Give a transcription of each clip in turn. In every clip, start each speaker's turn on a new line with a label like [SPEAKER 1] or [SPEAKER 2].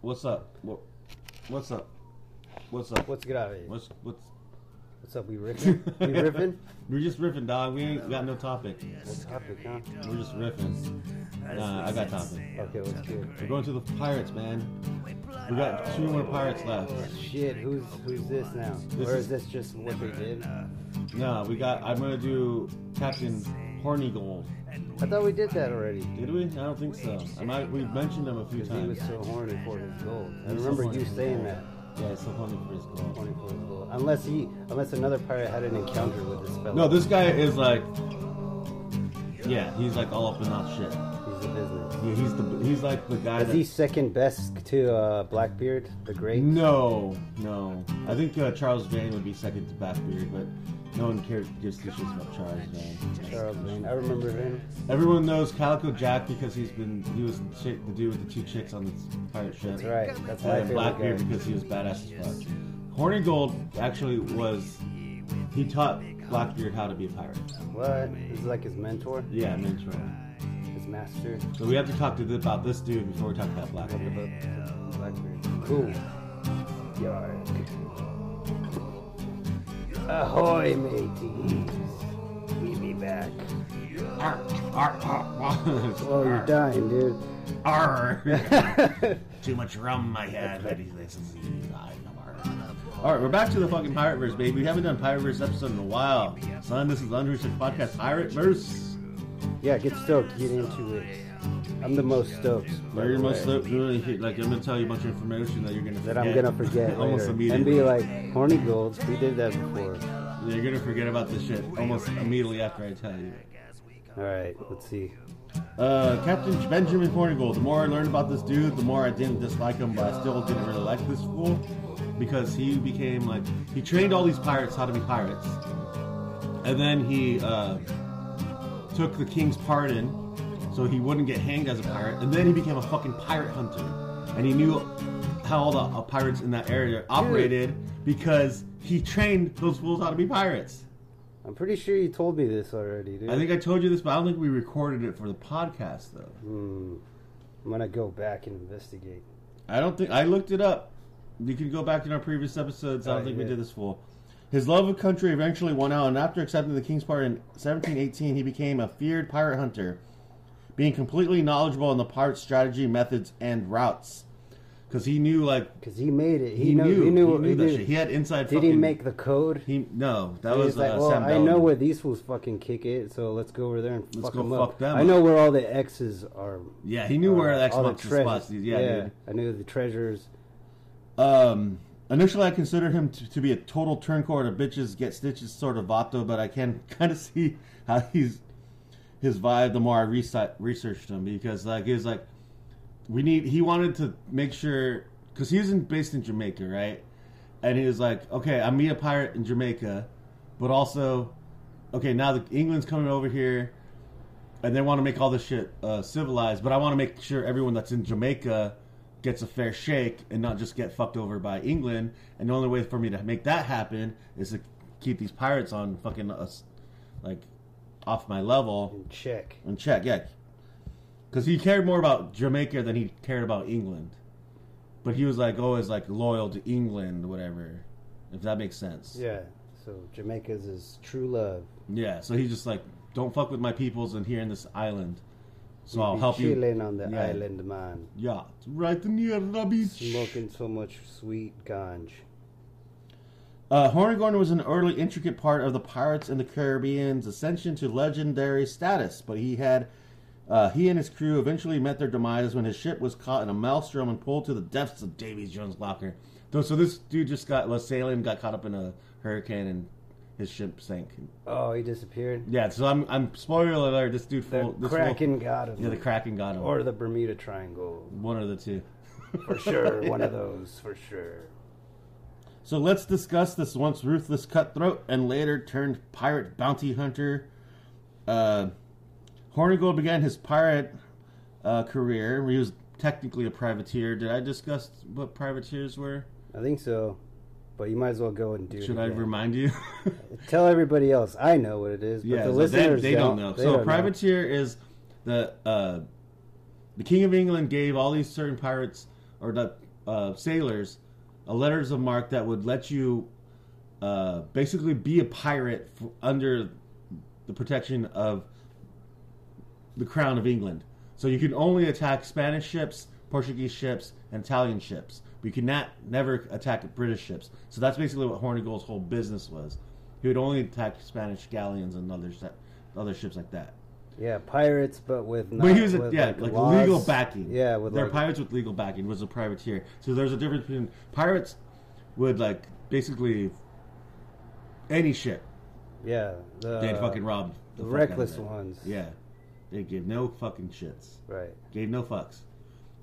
[SPEAKER 1] What's up? What, what's up? What's up?
[SPEAKER 2] What's good out of here?
[SPEAKER 1] What's what's?
[SPEAKER 2] What's up? We riffing? we riffing?
[SPEAKER 1] We're just riffing, dog. We ain't got no topic.
[SPEAKER 2] What's topic, huh?
[SPEAKER 1] We're just riffing. Nah, I got topic.
[SPEAKER 2] Okay, what's good?
[SPEAKER 1] We're going to the Pirates, man. We got two more Pirates left.
[SPEAKER 2] Shit, who's who's this now?
[SPEAKER 1] This
[SPEAKER 2] or
[SPEAKER 1] is-
[SPEAKER 2] is this just what they did? I
[SPEAKER 1] Nah, we got. I'm gonna do Captain Horny Gold.
[SPEAKER 2] thought we did that already.
[SPEAKER 1] Did we? I don't think so. I might. We mentioned him a few
[SPEAKER 2] Because he was
[SPEAKER 1] times.
[SPEAKER 2] so horny for his gold. I
[SPEAKER 1] He's so
[SPEAKER 2] remember
[SPEAKER 1] horny
[SPEAKER 2] you
[SPEAKER 1] for his
[SPEAKER 2] saying
[SPEAKER 1] gold.
[SPEAKER 2] that.
[SPEAKER 1] Yeah, he's so horny for his gold.
[SPEAKER 2] Horny for his gold. Unless he, unless another pirate had an encounter with this fellow.
[SPEAKER 1] No, this guy is like. Yeah, he's like all up in that shit.
[SPEAKER 2] He's a business.
[SPEAKER 1] Yeah, he's the he's like the guy
[SPEAKER 2] Is
[SPEAKER 1] that.
[SPEAKER 2] he second best to uh, Blackbeard the Great?
[SPEAKER 1] No, no. I think uh, Charles Vane would be second to Blackbeard, but no one cares gives two shits about Charles Vane.
[SPEAKER 2] Charles Vane. I remember him.
[SPEAKER 1] Everyone knows Calico Jack because he's been he was the, chick, the dude with the two chicks on the pirate ship.
[SPEAKER 2] That's right. That's my
[SPEAKER 1] And
[SPEAKER 2] favorite
[SPEAKER 1] Blackbeard
[SPEAKER 2] guy.
[SPEAKER 1] because he was badass as fuck. Horny Gold actually was he taught Blackbeard how to be a pirate.
[SPEAKER 2] What? He's like his mentor,
[SPEAKER 1] Yeah, mentor.
[SPEAKER 2] his master.
[SPEAKER 1] So we have to talk to th- about this dude before we talk about Blackbeard.
[SPEAKER 2] Blackbeard. Cool. Yar. Ahoy, mateys. We be back. Oh, you're dying, dude.
[SPEAKER 1] Too much rum I had. All right, we're back to the fucking Pirate Verse, baby. We haven't done Pirate Verse episode in a while. Son, this is Unrestricted Podcast Pirate Verse.
[SPEAKER 2] yeah, get stoked. Get into it. I'm the most stoked. by
[SPEAKER 1] You're
[SPEAKER 2] the
[SPEAKER 1] most
[SPEAKER 2] way,
[SPEAKER 1] dope, really, here. like I'm gonna tell you a bunch of information that you're gonna forget.
[SPEAKER 2] That I'm gonna forget
[SPEAKER 1] almost
[SPEAKER 2] later. and
[SPEAKER 1] immediately.
[SPEAKER 2] be like, horny golds. We did that before.
[SPEAKER 1] you're gonna forget about this shit almost immediately after I tell you.
[SPEAKER 2] All right, let's see.
[SPEAKER 1] Uh, Captain Benjamin Hornigold. The more I learned about this dude, the more I didn't dislike him, but I still didn't really like this fool because he became like he trained all these pirates how to be pirates, and then he uh, took the king's pardon so he wouldn't get hanged as a pirate, and then he became a fucking pirate hunter, and he knew how all the uh, pirates in that area operated because he trained those fools how to be pirates.
[SPEAKER 2] I'm pretty sure you told me this already, dude.
[SPEAKER 1] I think I told you this, but I don't think we recorded it for the podcast though.
[SPEAKER 2] Hmm. I'm gonna go back and investigate.
[SPEAKER 1] I don't think I looked it up. You can go back in our previous episodes. I don't
[SPEAKER 2] Oh,
[SPEAKER 1] think we
[SPEAKER 2] yeah.
[SPEAKER 1] did this full. His love of country eventually won out, and after accepting the king's pardon in 1718, he became a feared pirate hunter, being completely knowledgeable in the pirate strategy, methods, and routes. Because he knew, like
[SPEAKER 2] Cause he made it.
[SPEAKER 1] he,
[SPEAKER 2] He, know,
[SPEAKER 1] knew,
[SPEAKER 2] He knew.
[SPEAKER 1] he knew
[SPEAKER 2] he
[SPEAKER 1] that
[SPEAKER 2] did.
[SPEAKER 1] shit. He had inside.
[SPEAKER 2] Did
[SPEAKER 1] fucking,
[SPEAKER 2] he make the code?
[SPEAKER 1] He no, that
[SPEAKER 2] And
[SPEAKER 1] was
[SPEAKER 2] he's like,
[SPEAKER 1] uh,
[SPEAKER 2] well,
[SPEAKER 1] Sam
[SPEAKER 2] I
[SPEAKER 1] Bellamy.
[SPEAKER 2] know where these fools fucking kick it, so let's go over there and fuck
[SPEAKER 1] go
[SPEAKER 2] them
[SPEAKER 1] fuck
[SPEAKER 2] up.
[SPEAKER 1] them
[SPEAKER 2] I
[SPEAKER 1] up."
[SPEAKER 2] know where all the X's are.
[SPEAKER 1] Yeah, he knew where
[SPEAKER 2] uh,
[SPEAKER 1] the
[SPEAKER 2] all
[SPEAKER 1] Xbox
[SPEAKER 2] treasures-
[SPEAKER 1] spots. Yeah, dude.
[SPEAKER 2] I knew the treasures.
[SPEAKER 1] Um, initially, I considered him to, to be a total turncoat or bitches get stitches sort of vato, but I can kind of see how he's his vibe the more I resi- researched him because like he was like we need he wanted to make sure because he was in, based in Jamaica right and he was like okay I meet a pirate in Jamaica but also okay now the England's coming over here and they want to make all this shit uh, civilized but I want to make sure everyone that's in Jamaica gets a fair shake and not just get fucked over by England and the only way for me to make that happen is to keep these pirates on fucking us like off my level
[SPEAKER 2] And check.
[SPEAKER 1] and check, yeah. Because he cared more about Jamaica than he cared about England. But he was like always like loyal to England, whatever. If that makes sense.
[SPEAKER 2] Yeah. So Jamaica's is true love.
[SPEAKER 1] Yeah, So he's just like, don't fuck with my peoples and here in this island. So I'll
[SPEAKER 2] Be
[SPEAKER 1] help you.
[SPEAKER 2] chilling on the
[SPEAKER 1] Yeah.
[SPEAKER 2] island, man.
[SPEAKER 1] Yeah, it's right near the beach.
[SPEAKER 2] Smoking so much sweet ganj.
[SPEAKER 1] Uh, Horngorn was an early intricate part of the Pirates and the Caribbean's ascension to legendary status, but he had uh, he and his crew eventually met their demise when his ship was caught in a maelstrom and pulled to the depths of Davy Jones' locker. Though, so this dude just got was sailing, got caught up in a hurricane, and his ship sank.
[SPEAKER 2] Oh, he disappeared.
[SPEAKER 1] Yeah, so I'm I'm spoiler alert. This dude,
[SPEAKER 2] The
[SPEAKER 1] fool, this
[SPEAKER 2] Kraken got him.
[SPEAKER 1] fool, yeah, the Kraken got him,
[SPEAKER 2] or the Bermuda Triangle.
[SPEAKER 1] one of the two.
[SPEAKER 2] For sure, one of those. For sure.
[SPEAKER 1] So let's discuss this once ruthless cutthroat and later turned pirate bounty hunter. Uh, Hornigold began his pirate uh, career. He was technically a privateer. Did I discuss what privateers were?
[SPEAKER 2] I think so. But you might as well go and do it.
[SPEAKER 1] Should I
[SPEAKER 2] again.
[SPEAKER 1] remind you?
[SPEAKER 2] Tell everybody else. I know what it is, but
[SPEAKER 1] yeah,
[SPEAKER 2] the
[SPEAKER 1] so
[SPEAKER 2] listeners
[SPEAKER 1] they, they don't, know.
[SPEAKER 2] They
[SPEAKER 1] so
[SPEAKER 2] don't
[SPEAKER 1] a privateer is the uh, the King of England gave all these certain pirates or the uh, sailors a letters of mark that would let you uh, basically be a pirate f- under the protection of the Crown of England. So you can only attack Spanish ships, Portuguese ships, and Italian ships. But you cannot never attack British ships. So that's basically what Hornigold's whole business was. He would only attack Spanish galleons and other shi- other ships like that.
[SPEAKER 2] Yeah, pirates, but with not,
[SPEAKER 1] But he was a,
[SPEAKER 2] with,
[SPEAKER 1] yeah, like,
[SPEAKER 2] laws.
[SPEAKER 1] legal backing.
[SPEAKER 2] Yeah, with
[SPEAKER 1] they're
[SPEAKER 2] like,
[SPEAKER 1] pirates with legal backing was a privateer. So there's a difference between pirates would like basically any ship
[SPEAKER 2] yeah, the,
[SPEAKER 1] they'd fucking rob
[SPEAKER 2] Uh, the
[SPEAKER 1] fuck out of
[SPEAKER 2] reckless
[SPEAKER 1] that.
[SPEAKER 2] ones.
[SPEAKER 1] Yeah, they gave no fucking shits,
[SPEAKER 2] right.
[SPEAKER 1] gave no fucks.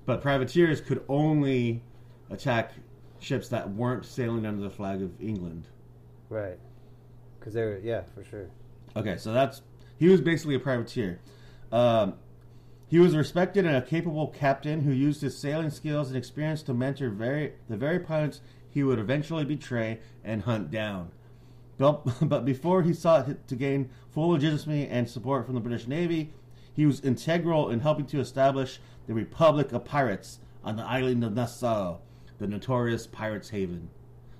[SPEAKER 1] But privateers could only attack ships that weren't sailing under the flag of England.
[SPEAKER 2] Right. Because they were, yeah, for sure.
[SPEAKER 1] Okay, so that's he was basically a privateer. Um, he was a respected and a capable captain who used his sailing skills and experience to mentor very the very pilots he would eventually betray and hunt down. But, but before he sought to gain full legitimacy and support from the British Navy, he was integral in helping to establish the Republic of Pirates on the island of Nassau, the notorious Pirates' Haven.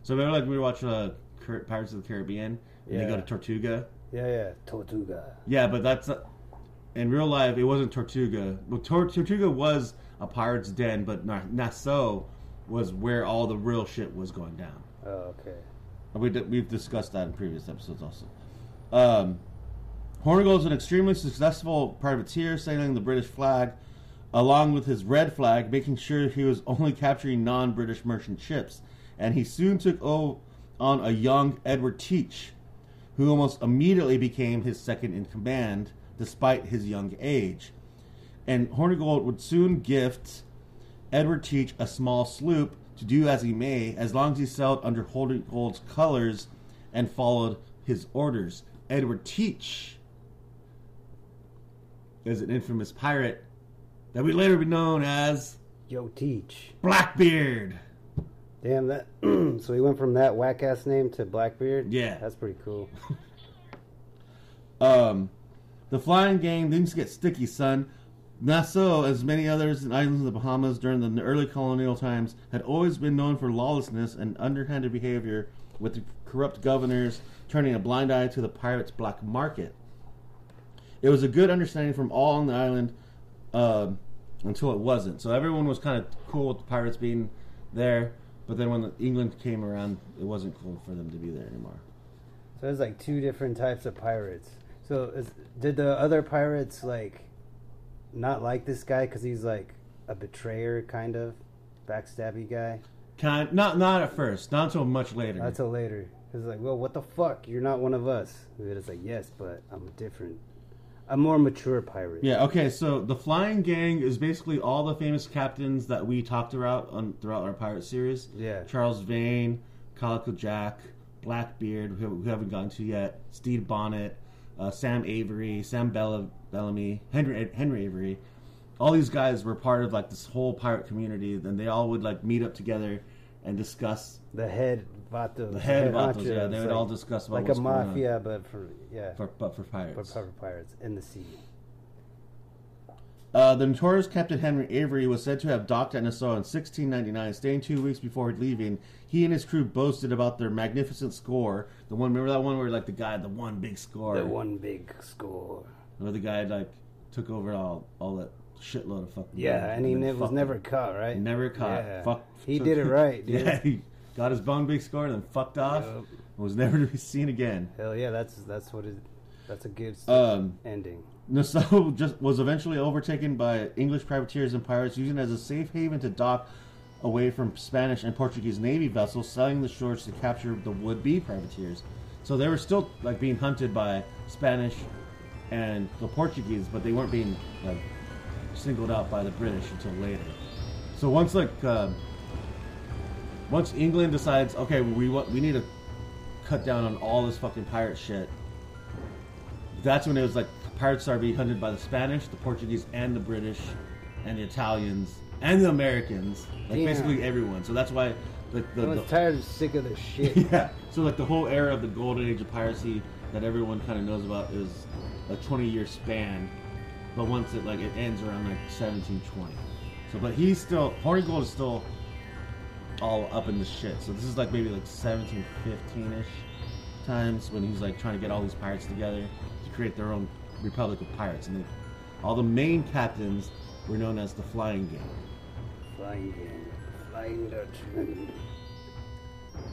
[SPEAKER 1] So remember, like we were watching uh, Cur- Pirates of the Caribbean, and they go
[SPEAKER 2] Yeah.
[SPEAKER 1] to Tortuga.
[SPEAKER 2] Yeah, yeah. Tortuga.
[SPEAKER 1] Yeah, but that's uh, in real life. It wasn't Tortuga. Well, Tor- Tortuga was a pirate's den, but Na- Nassau was where all the real shit was going down.
[SPEAKER 2] Oh, okay.
[SPEAKER 1] And We d- we've discussed that in previous episodes also. Um, Hornigold is an extremely successful privateer sailing the British flag, along with his red flag, making sure he was only capturing non-British merchant ships. And he soon took o- on a young Edward Teach, who almost immediately became his second in command, despite his young age. And Hornigold would soon gift Edward Teach a small sloop to do as he may, as long as he sailed under Hornigold's colors and followed his orders. Edward Teach is an infamous pirate that would later be known as
[SPEAKER 2] Yo, teach.
[SPEAKER 1] Blackbeard.
[SPEAKER 2] Damn that! so he went from that whack ass name to Blackbeard.
[SPEAKER 1] Yeah.
[SPEAKER 2] that's pretty cool.
[SPEAKER 1] Um, the flying game things get sticky, son. Nassau, as many others in islands of the Bahamas during the early colonial times, had always been known for lawlessness and underhanded behavior, with the corrupt governors turning a blind eye to the pirates' black market. It was a good understanding from all on the island um, until it wasn't. So everyone was kind of cool with the pirates being there, but then when England came around, it wasn't cool for them to be there anymore.
[SPEAKER 2] So there's like two different types of pirates. So is, did the other pirates like not like this guy because he's like a betrayer, kind of backstabby guy?
[SPEAKER 1] Kind not not at first, not until much later.
[SPEAKER 2] That's a later. It's like, well, what the fuck? You're not one of us. And it's like, yes, but I'm a different, a more mature pirate.
[SPEAKER 1] Yeah. Okay. So the Flying Gang is basically all the famous captains that we talked about on throughout our pirate series.
[SPEAKER 2] Yeah.
[SPEAKER 1] Charles Vane, Calico Jack, Blackbeard, who who we haven't gotten to yet, Steve Bonnet, uh, Sam Avery, Sam Bella, Bellamy, Henry Henry Avery. All these guys were part of like this whole pirate community. Then they all would like meet up together and discuss
[SPEAKER 2] The head vato.
[SPEAKER 1] the head of
[SPEAKER 2] honcho.
[SPEAKER 1] Atos. Yeah, they
[SPEAKER 2] It's
[SPEAKER 1] would
[SPEAKER 2] like,
[SPEAKER 1] all discuss about
[SPEAKER 2] like a
[SPEAKER 1] what's going on
[SPEAKER 2] mafia, but for yeah,
[SPEAKER 1] for, but for
[SPEAKER 2] but
[SPEAKER 1] pirates.
[SPEAKER 2] for pirates in the sea.
[SPEAKER 1] Uh, the notorious Captain Henry Avery was said to have docked at Nassau in 1699, staying two weeks before leaving. He and his crew boasted about their magnificent score. The one, remember that one where like the guy had the one big score,
[SPEAKER 2] The one big score.
[SPEAKER 1] where the guy like took over all all that shitload of fucking.
[SPEAKER 2] Yeah,
[SPEAKER 1] money
[SPEAKER 2] and he
[SPEAKER 1] then
[SPEAKER 2] ne- was
[SPEAKER 1] fucked
[SPEAKER 2] never
[SPEAKER 1] it.
[SPEAKER 2] caught, right?
[SPEAKER 1] never caught.
[SPEAKER 2] Yeah.
[SPEAKER 1] Fuck,
[SPEAKER 2] He did it right, dude.
[SPEAKER 1] Yeah, he got his one big score and then fucked off.
[SPEAKER 2] Yup.
[SPEAKER 1] and was never to be seen again.
[SPEAKER 2] Hell yeah, that's that's what it. That's a good s-
[SPEAKER 1] Um,
[SPEAKER 2] ending.
[SPEAKER 1] Nassau just was eventually overtaken by English privateers and pirates, using it as a safe haven to dock away from Spanish and Portuguese navy vessels, selling the shores to capture the would-be privateers. So they were still like being hunted by Spanish and the Portuguese, but they weren't being like singled out by the British until later. So once like um once England decides, okay, we want we need to cut down on all this fucking pirate shit that's when it was like pirates are being hunted by the Spanish, the Portuguese, and the British, and the Italians, and the Americans. Like
[SPEAKER 2] Damn.
[SPEAKER 1] basically everyone. So that's why, like the,
[SPEAKER 2] I was
[SPEAKER 1] the
[SPEAKER 2] tired and sick of this shit.
[SPEAKER 1] yeah. So like the whole era of the golden age of piracy that everyone kind of knows about is a 20 year span, but once it like it ends around like 1720. So, but he's still Hornigold is still all up in the shit. So this is like maybe like 1715 ish times when he's like trying to get all these pirates together to create their own republic of pirates. And they, all the main captains were known as the Flying Gang.
[SPEAKER 2] Flying game. Flying Dutchman.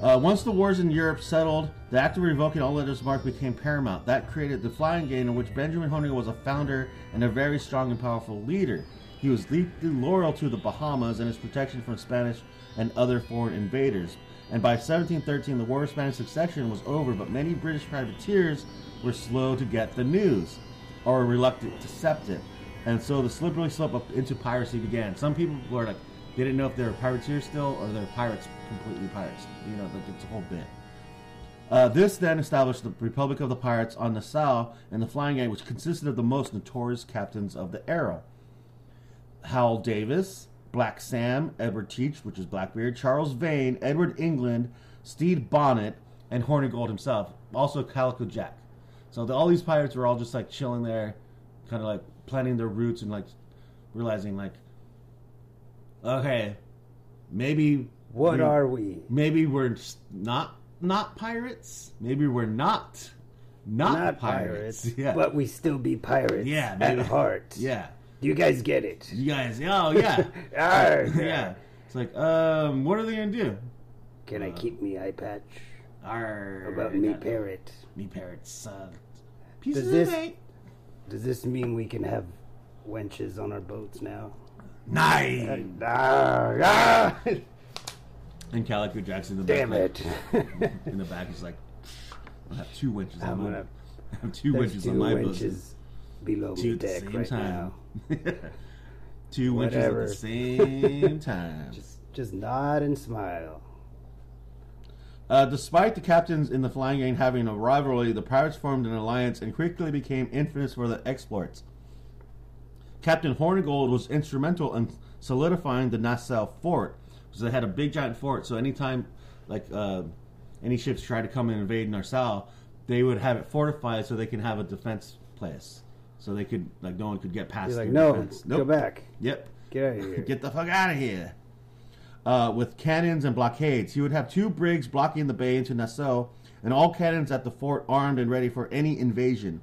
[SPEAKER 1] Uh, once the wars in Europe settled, the act of revoking all letters of marque became paramount. That created the Flying Gang, in which Benjamin Honig was a founder and a very strong and powerful leader. He was deeply loyal to the Bahamas and its protection from Spanish and other foreign invaders. And by 1713, the War of Spanish Succession was over, but many British privateers were slow to get the news or were reluctant to accept it. And so the slippery slope up into piracy began. Some people were like, they didn't know if they were pirateers still or they're pirates, completely pirates. You know, like it's a whole bit. Uh, this then established the Republic of the Pirates on Nassau and the Flying Gang, which consisted of the most notorious captains of the era. Hal Davis, Black Sam, Edward Teach, which is Blackbeard, Charles Vane, Edward England, Steed Bonnet, and Hornigold himself, also Calico Jack. So the, all these pirates were all just like chilling there, kind of like planting their roots and like realizing like, okay, maybe
[SPEAKER 2] What
[SPEAKER 1] we-
[SPEAKER 2] are we?
[SPEAKER 1] maybe we're s- not not pirates. Maybe we're not not,
[SPEAKER 2] Not
[SPEAKER 1] pirates.
[SPEAKER 2] pirates,
[SPEAKER 1] Yeah,
[SPEAKER 2] but we still be pirates
[SPEAKER 1] yeah,
[SPEAKER 2] at
[SPEAKER 1] maybe-
[SPEAKER 2] heart.
[SPEAKER 1] Yeah,
[SPEAKER 2] Do you guys get it?
[SPEAKER 1] you guys. Oh yeah,
[SPEAKER 2] Arr,
[SPEAKER 1] yeah. It's like, um, what are they gonna do?
[SPEAKER 2] Can
[SPEAKER 1] Uh,
[SPEAKER 2] I keep me eye patch?
[SPEAKER 1] Arr,
[SPEAKER 2] How about me
[SPEAKER 1] got
[SPEAKER 2] parrot?
[SPEAKER 1] me parrots. Uh, pieces
[SPEAKER 2] Does this-
[SPEAKER 1] of eight.
[SPEAKER 2] Does this mean we can have wenches on our boats now?
[SPEAKER 1] Nine.
[SPEAKER 2] Arr, arr.
[SPEAKER 1] And Calico Jackson in the
[SPEAKER 2] Damn
[SPEAKER 1] back,
[SPEAKER 2] it.
[SPEAKER 1] like, in the back is like, I have two winches on
[SPEAKER 2] I'm
[SPEAKER 1] my,
[SPEAKER 2] gonna-
[SPEAKER 1] I have two
[SPEAKER 2] There's
[SPEAKER 1] winches
[SPEAKER 2] two
[SPEAKER 1] on my boat.
[SPEAKER 2] wenches below
[SPEAKER 1] Two
[SPEAKER 2] me
[SPEAKER 1] at the
[SPEAKER 2] deck
[SPEAKER 1] same
[SPEAKER 2] right
[SPEAKER 1] time.
[SPEAKER 2] now.
[SPEAKER 1] two winches at
[SPEAKER 2] Whatever.
[SPEAKER 1] the same time.
[SPEAKER 2] Just, just nod and smile.
[SPEAKER 1] Uh, despite the captains in the Flying Gang having a rivalry, the pirates formed an alliance and quickly became infamous for their exploits. Captain Hornigold was instrumental in solidifying the Nassau fort. So they had a big giant fort, so anytime like uh, any ships tried to come and invade Nassau, they would have it fortified so they can have a defense place. So they could like no one could get past
[SPEAKER 2] You're like,
[SPEAKER 1] their
[SPEAKER 2] no,
[SPEAKER 1] defense.
[SPEAKER 2] go
[SPEAKER 1] Nope.
[SPEAKER 2] back.
[SPEAKER 1] Yep.
[SPEAKER 2] Get out of here.
[SPEAKER 1] Get the fuck out of here. Uh, with cannons and blockades, he would have two brigs blocking the bay into Nassau, and all cannons at the fort armed and ready for any invasion.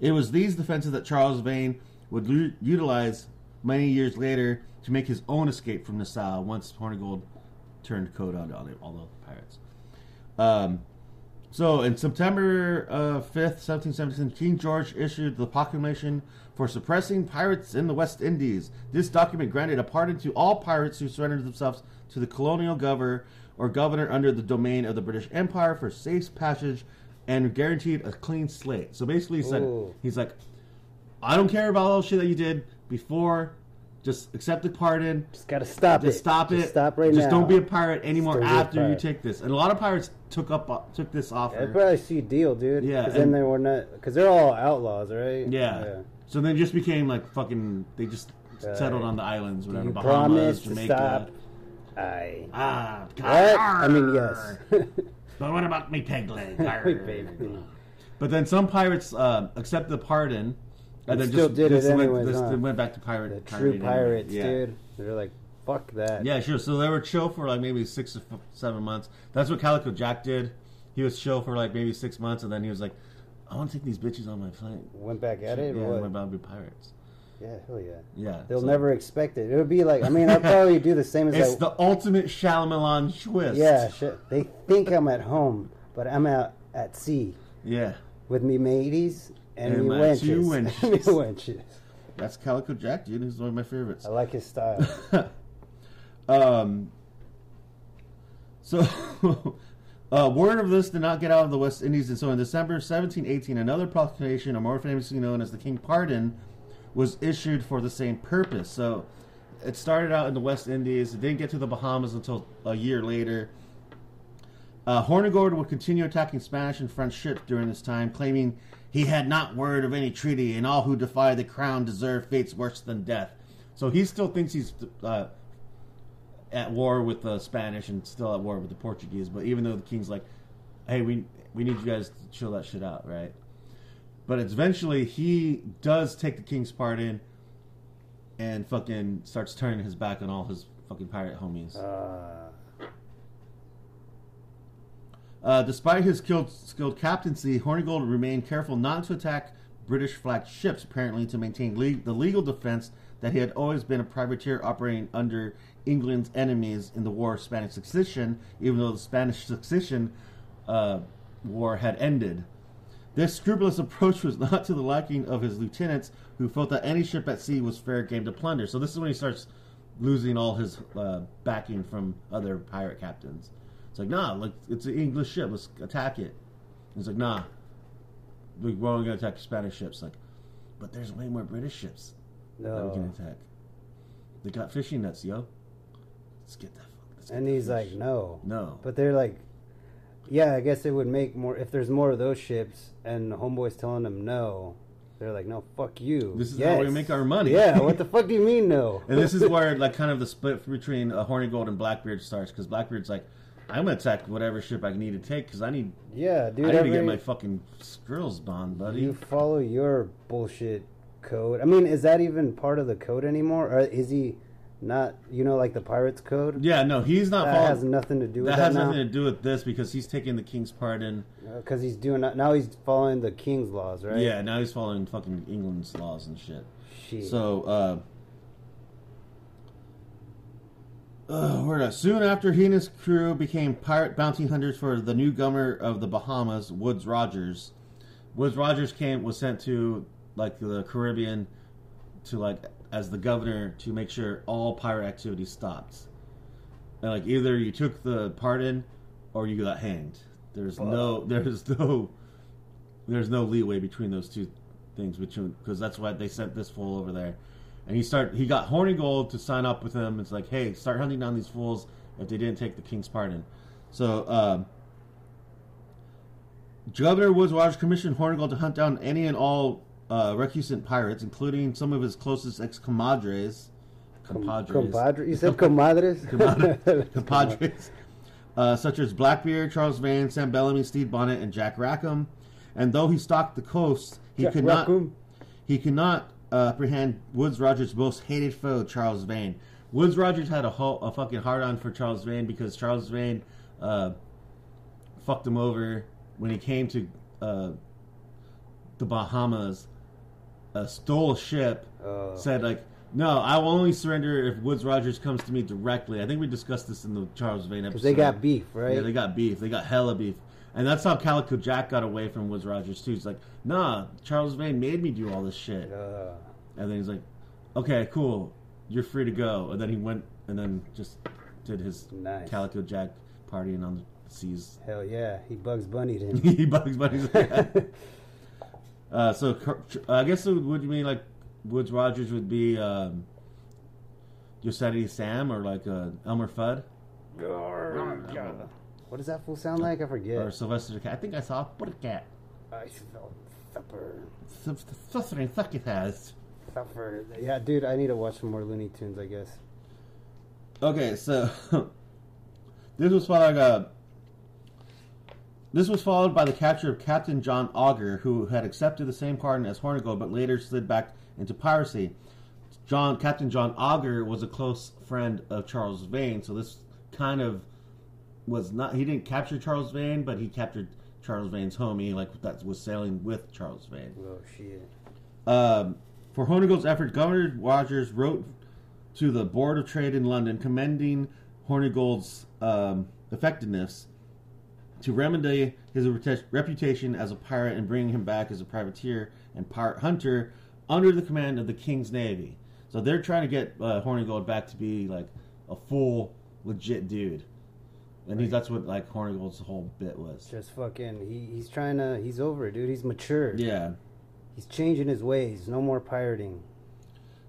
[SPEAKER 1] It was these defenses that Charles Vane would lu- utilize many years later to make his own escape from Nassau once Hornigold turned coat on all the, all the pirates. Um, so, in September uh, 5th, 1717, King George issued the proclamation for suppressing pirates in the West Indies. This document granted a pardon to all pirates who surrendered themselves to the colonial governor or governor under the domain of the British Empire for safe passage and guaranteed a clean slate. So basically, he said,
[SPEAKER 2] Ooh.
[SPEAKER 1] he's like, I don't care about all the shit that you did before. Just accept the pardon.
[SPEAKER 2] Just gotta stop
[SPEAKER 1] Just
[SPEAKER 2] it.
[SPEAKER 1] stop it.
[SPEAKER 2] Just stop right
[SPEAKER 1] Just
[SPEAKER 2] now.
[SPEAKER 1] don't be a pirate anymore
[SPEAKER 2] don't be a
[SPEAKER 1] after you
[SPEAKER 2] pirate.
[SPEAKER 1] take this. And a lot of pirates took up uh, took this offer.
[SPEAKER 2] That's probably a sweet deal, dude.
[SPEAKER 1] Yeah,
[SPEAKER 2] Because then
[SPEAKER 1] and-
[SPEAKER 2] they were not. Because they're all outlaws, right?
[SPEAKER 1] Yeah. So they just became like fucking. They just settled on the islands, whatever.
[SPEAKER 2] You
[SPEAKER 1] Bahamas,
[SPEAKER 2] promise
[SPEAKER 1] Jamaica.
[SPEAKER 2] to stop. I.
[SPEAKER 1] Ah, God.
[SPEAKER 2] What? I mean, yes.
[SPEAKER 1] Arr. But what about me peg leg? Arr.
[SPEAKER 2] We basically-
[SPEAKER 1] but then some pirates uh, accepted the pardon, and
[SPEAKER 2] And
[SPEAKER 1] then
[SPEAKER 2] still
[SPEAKER 1] just,
[SPEAKER 2] did it
[SPEAKER 1] just went,
[SPEAKER 2] anyways,
[SPEAKER 1] just
[SPEAKER 2] huh?
[SPEAKER 1] went back to pirate.
[SPEAKER 2] the true
[SPEAKER 1] pirating anyway.
[SPEAKER 2] pirates,
[SPEAKER 1] Yeah.
[SPEAKER 2] dude. They're like, fuck that.
[SPEAKER 1] Yeah, sure. So they were chill for like maybe six to f- seven months. That's what Calico Jack did. He was chill for like maybe six months, and then he was like, "I want to take these bitches on my flight."
[SPEAKER 2] Went back at it.
[SPEAKER 1] yeah,
[SPEAKER 2] or
[SPEAKER 1] I'm
[SPEAKER 2] what?
[SPEAKER 1] about to be pirates.
[SPEAKER 2] Yeah, hell yeah.
[SPEAKER 1] Yeah,
[SPEAKER 2] They'll
[SPEAKER 1] so-
[SPEAKER 2] never expect it. It would be like, I mean, I'll probably do the same as
[SPEAKER 1] It's
[SPEAKER 2] I.
[SPEAKER 1] the ultimate Shyamalan twist.
[SPEAKER 2] yeah, shit. They think I'm at home, but I'm out at sea
[SPEAKER 1] Yeah.
[SPEAKER 2] with me mateys and,
[SPEAKER 1] And
[SPEAKER 2] me
[SPEAKER 1] my two
[SPEAKER 2] wenches. Me
[SPEAKER 1] wenches.
[SPEAKER 2] wenches.
[SPEAKER 1] That's Calico Jack, dude. He's one of my favorites.
[SPEAKER 2] I like his style.
[SPEAKER 1] Um, so, uh, word of this did not get out of the West Indies, and so in December 1718, another proclamation, or more famously known as the King Pardon, was issued for the same purpose. So, it started out in the West Indies, it didn't get to the Bahamas until a year later. Uh, Hornigord would continue attacking Spanish and French ships during this time, claiming he had not word of any treaty, and all who defy the crown deserve fates worse than death. So he still thinks he's uh, at war with the Spanish and still at war with the Portuguese. But even though the king's like, "Hey, we we need you guys to chill that shit out," right? But it's eventually he does take the king's part in and fucking starts turning his back on all his fucking pirate homies.
[SPEAKER 2] Uh,
[SPEAKER 1] Uh, despite his skilled, skilled captaincy, Hornigold remained careful not to attack British flagged ships, apparently to maintain le- the legal defense that he had always been a privateer operating under England's enemies in the War of Spanish Succession, even though the Spanish Succession uh, War had ended. This scrupulous approach was not to the liking of his lieutenants, who felt that any ship at sea was fair game to plunder. So this is when he starts losing all his uh, backing from other pirate captains. It's like, nah, look, it's an English ship. Let's attack it. He's like, nah, we- we're only going to attack Spanish ships. Like, but there's way more British ships that we can
[SPEAKER 2] no.
[SPEAKER 1] attack. They got fishing nets, yo. Let's get that. fuck- Let's get
[SPEAKER 2] And
[SPEAKER 1] that
[SPEAKER 2] he's like,
[SPEAKER 1] fish.
[SPEAKER 2] no.
[SPEAKER 1] no.
[SPEAKER 2] But they're like, yeah, I guess it would make more if there's more of those ships, and the homeboy's telling them no. They're like, no, fuck you.
[SPEAKER 1] This is how we make our money.
[SPEAKER 2] Yeah, what the fuck do you mean no?
[SPEAKER 1] And this is where like kind of the split between uh, Horny Gold and Blackbeard starts because Blackbeard's like, I'm gonna attack whatever ship I need to take because I need
[SPEAKER 2] yeah, dude.
[SPEAKER 1] I need to get
[SPEAKER 2] every-
[SPEAKER 1] my fucking skirls bond, buddy.
[SPEAKER 2] You follow your bullshit code. I mean, is that even part of the code anymore, or is he not? You know, like the pirates code.
[SPEAKER 1] yeah, no, he's not
[SPEAKER 2] That
[SPEAKER 1] following.
[SPEAKER 2] has nothing to do with
[SPEAKER 1] that
[SPEAKER 2] that,
[SPEAKER 1] has
[SPEAKER 2] now.
[SPEAKER 1] nothing to do with this because he's taking the king's pardon.
[SPEAKER 2] Because he's doing uh, now. He's following the king's laws, right?
[SPEAKER 1] Yeah, now he's following fucking England's laws and shit.
[SPEAKER 2] Shit.
[SPEAKER 1] So, uh, uh, where to- soon after he and his crew became pirate bounty hunters for the new governor of the Bahamas, Woods Rogers. Woods Rogers came was sent to like the Caribbean to like as the governor to make sure all pirate activity stopped. And like either you took the pardon or you got hanged. There's no there's no there's no leeway between those two things between because that's why they sent this fool over there. And he start he got Horny Gold to sign up with him. It's like, hey, start hunting down these fools if they didn't take the king's pardon. So um Governor Woods Rogers commissioned Hornigold to hunt down any and all uh, recusant pirates, including some of his closest ex compadres.
[SPEAKER 2] compadre. You said comadres.
[SPEAKER 1] Compadre- compadres, uh, such as Blackbeard, Charles Vane, Sam Bellamy, Steve Bonnet, and Jack Rackham. And though he stalked the coast, he
[SPEAKER 2] Jack
[SPEAKER 1] could not
[SPEAKER 2] Rackham.
[SPEAKER 1] he could not uh, apprehend Woods Rogers' most hated foe, Charles Vane. Woods Rogers had a ho- a fucking hard on for Charles Vane because Charles Vane uh, fucked him over when he came to uh, the Bahamas, uh, stole a ship,
[SPEAKER 2] Oh.
[SPEAKER 1] said like, "No, I will only surrender if Woods Rogers comes to me directly." I think we discussed this in the Charles Vane episode.
[SPEAKER 2] Because they got beef, right?
[SPEAKER 1] Yeah, they got beef. They got hella beef. And that's how Calico Jack got away from Woods Rogers too. He's like, "Nah, Charles Vane made me do all this shit."
[SPEAKER 2] Uh,
[SPEAKER 1] And then he's like, "Okay, cool, you're free to go." And then he went and then just did his
[SPEAKER 2] Nice.
[SPEAKER 1] Calico Jack partying on the seas.
[SPEAKER 2] hell yeah, he Bugs Bunny him.
[SPEAKER 1] he bugs bunnies. uh, so Car- I guess it would mean like Woods Rogers would be um, Yosemite Sam or like uh, Elmer Fudd
[SPEAKER 2] what does that fool sound like? I forget.
[SPEAKER 1] or Sylvester the Cat. I think I saw Porcat.
[SPEAKER 2] I smell supper.
[SPEAKER 1] Suffering fucking has.
[SPEAKER 2] Supper. Yeah, dude, I need to watch some more Looney Tunes. I guess.
[SPEAKER 1] Okay, so this was following uh This was followed by the capture of Captain John Auger, who had accepted the same pardon as Hornigold, but later slid back into piracy. John Captain John Auger was a close friend of Charles Vane, so this kind of was not he didn't capture Charles Vane, but he captured Charles Vane's homie, like that was sailing with Charles Vane.
[SPEAKER 2] Oh shit.
[SPEAKER 1] Um, for Hornigold's effort, Governor Rogers wrote to the Board of Trade in London commending Hornigold's um, effectiveness to remedy his reputa- reputation as a pirate and bringing him back as a privateer and pirate hunter under the command of the King's Navy. So they're trying to get uh, Hornigold back to be like a full, legit dude. And he's, that's what like Hornigold's whole bit was.
[SPEAKER 2] Just fucking. He, he's trying to. He's over, it, dude. He's mature.
[SPEAKER 1] Yeah.
[SPEAKER 2] He's changing his ways. No more pirating.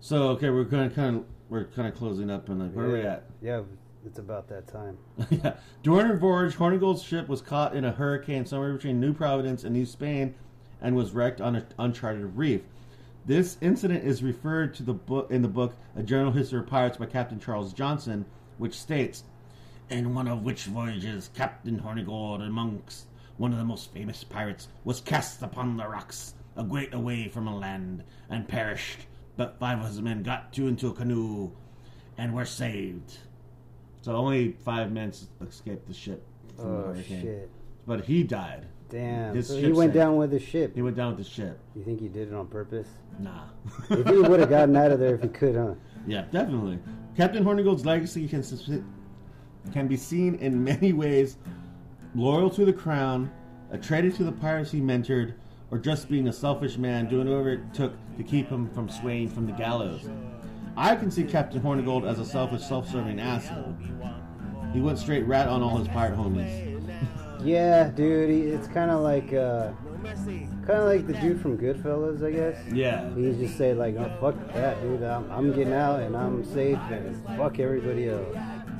[SPEAKER 1] So okay, we're kind of kind of we're kind of closing up and like where are we at?
[SPEAKER 2] Yeah, it's about that time.
[SPEAKER 1] yeah. During her voyage, Hornigold's ship was caught in a hurricane somewhere between New Providence and New Spain and was wrecked on an uncharted reef. This incident is referred to the book in the book A General History of Pirates by Captain Charles Johnson, which states in one of which voyages Captain Hornigold amongst one of the most famous pirates was cast upon the rocks a great away from a land and perished, but five of his men got two into a canoe and we're saved. So only five men s- escaped the ship from the
[SPEAKER 2] Oh
[SPEAKER 1] hurricane.
[SPEAKER 2] shit!
[SPEAKER 1] But he died.
[SPEAKER 2] Damn.
[SPEAKER 1] His
[SPEAKER 2] so he
[SPEAKER 1] ship
[SPEAKER 2] went
[SPEAKER 1] sank.
[SPEAKER 2] down with his ship.
[SPEAKER 1] He went down with the ship.
[SPEAKER 2] You think he did it on purpose?
[SPEAKER 1] Nah.
[SPEAKER 2] If he would have gotten out of there if he could, huh?
[SPEAKER 1] Yeah, definitely. Captain Hornigold's legacy can sus- can be seen in many ways: loyal to the crown, a traitor to the pirates he mentored, or just being a selfish man doing whatever it took to keep him from swaying from the gallows. I can see Captain Hornigold as a selfish, self-serving asshole. He went straight rat on all his pirate homies.
[SPEAKER 2] Yeah, dude. He, it's kind of like, uh, kind of like the dude from Goodfellas, I guess.
[SPEAKER 1] Yeah,
[SPEAKER 2] He just say like, oh, fuck that, dude. I'm, I'm getting out and I'm safe and fuck everybody else.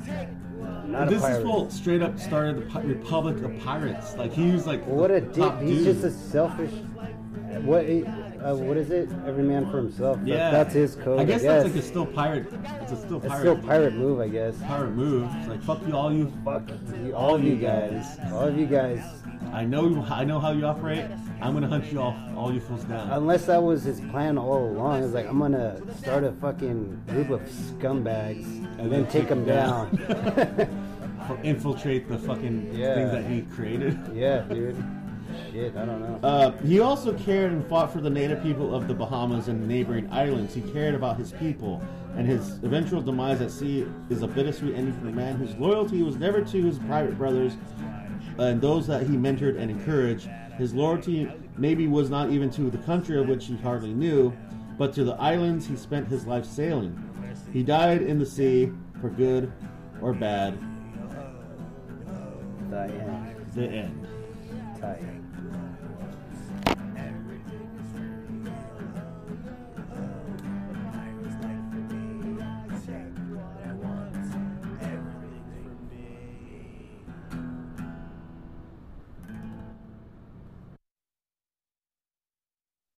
[SPEAKER 2] I'm Not a
[SPEAKER 1] this is
[SPEAKER 2] pirate.
[SPEAKER 1] full straight up started the pi- Republic of Pirates. Like he was like
[SPEAKER 2] What
[SPEAKER 1] the
[SPEAKER 2] a dick!
[SPEAKER 1] top
[SPEAKER 2] He's
[SPEAKER 1] dude.
[SPEAKER 2] just a selfish. What? Uh, what is it? Every man for himself. That-
[SPEAKER 1] yeah,
[SPEAKER 2] That's his code.
[SPEAKER 1] I guess, that's like a still pirate. It's a still
[SPEAKER 2] It's
[SPEAKER 1] pirate.
[SPEAKER 2] still pirate move, I guess.
[SPEAKER 1] pirate move. It's like fuck you, all you.
[SPEAKER 2] Fuck you, all of you guys. All of you guys.
[SPEAKER 1] I know, I know how you operate. I'm gonna hunt you off, all you fools down.
[SPEAKER 2] Unless that was his plan all along. It's like I'm gonna start a fucking group of scumbags and then take them down.
[SPEAKER 1] F- Infiltrate the fucking
[SPEAKER 2] Yeah.
[SPEAKER 1] things that he created.
[SPEAKER 2] yeah, dude. Shit, I don't know.
[SPEAKER 1] Uh, he also cared and fought for the native people of the Bahamas and neighboring islands. He cared about his people, and his eventual demise at sea is a bittersweet ending for a man whose loyalty was never to his private brothers and those that he mentored and encouraged. His loyalty maybe was not even to the country of which he hardly knew, but to the islands he spent his life sailing. He died in the sea for good or bad.
[SPEAKER 2] Diane.
[SPEAKER 1] The end.
[SPEAKER 2] Diane.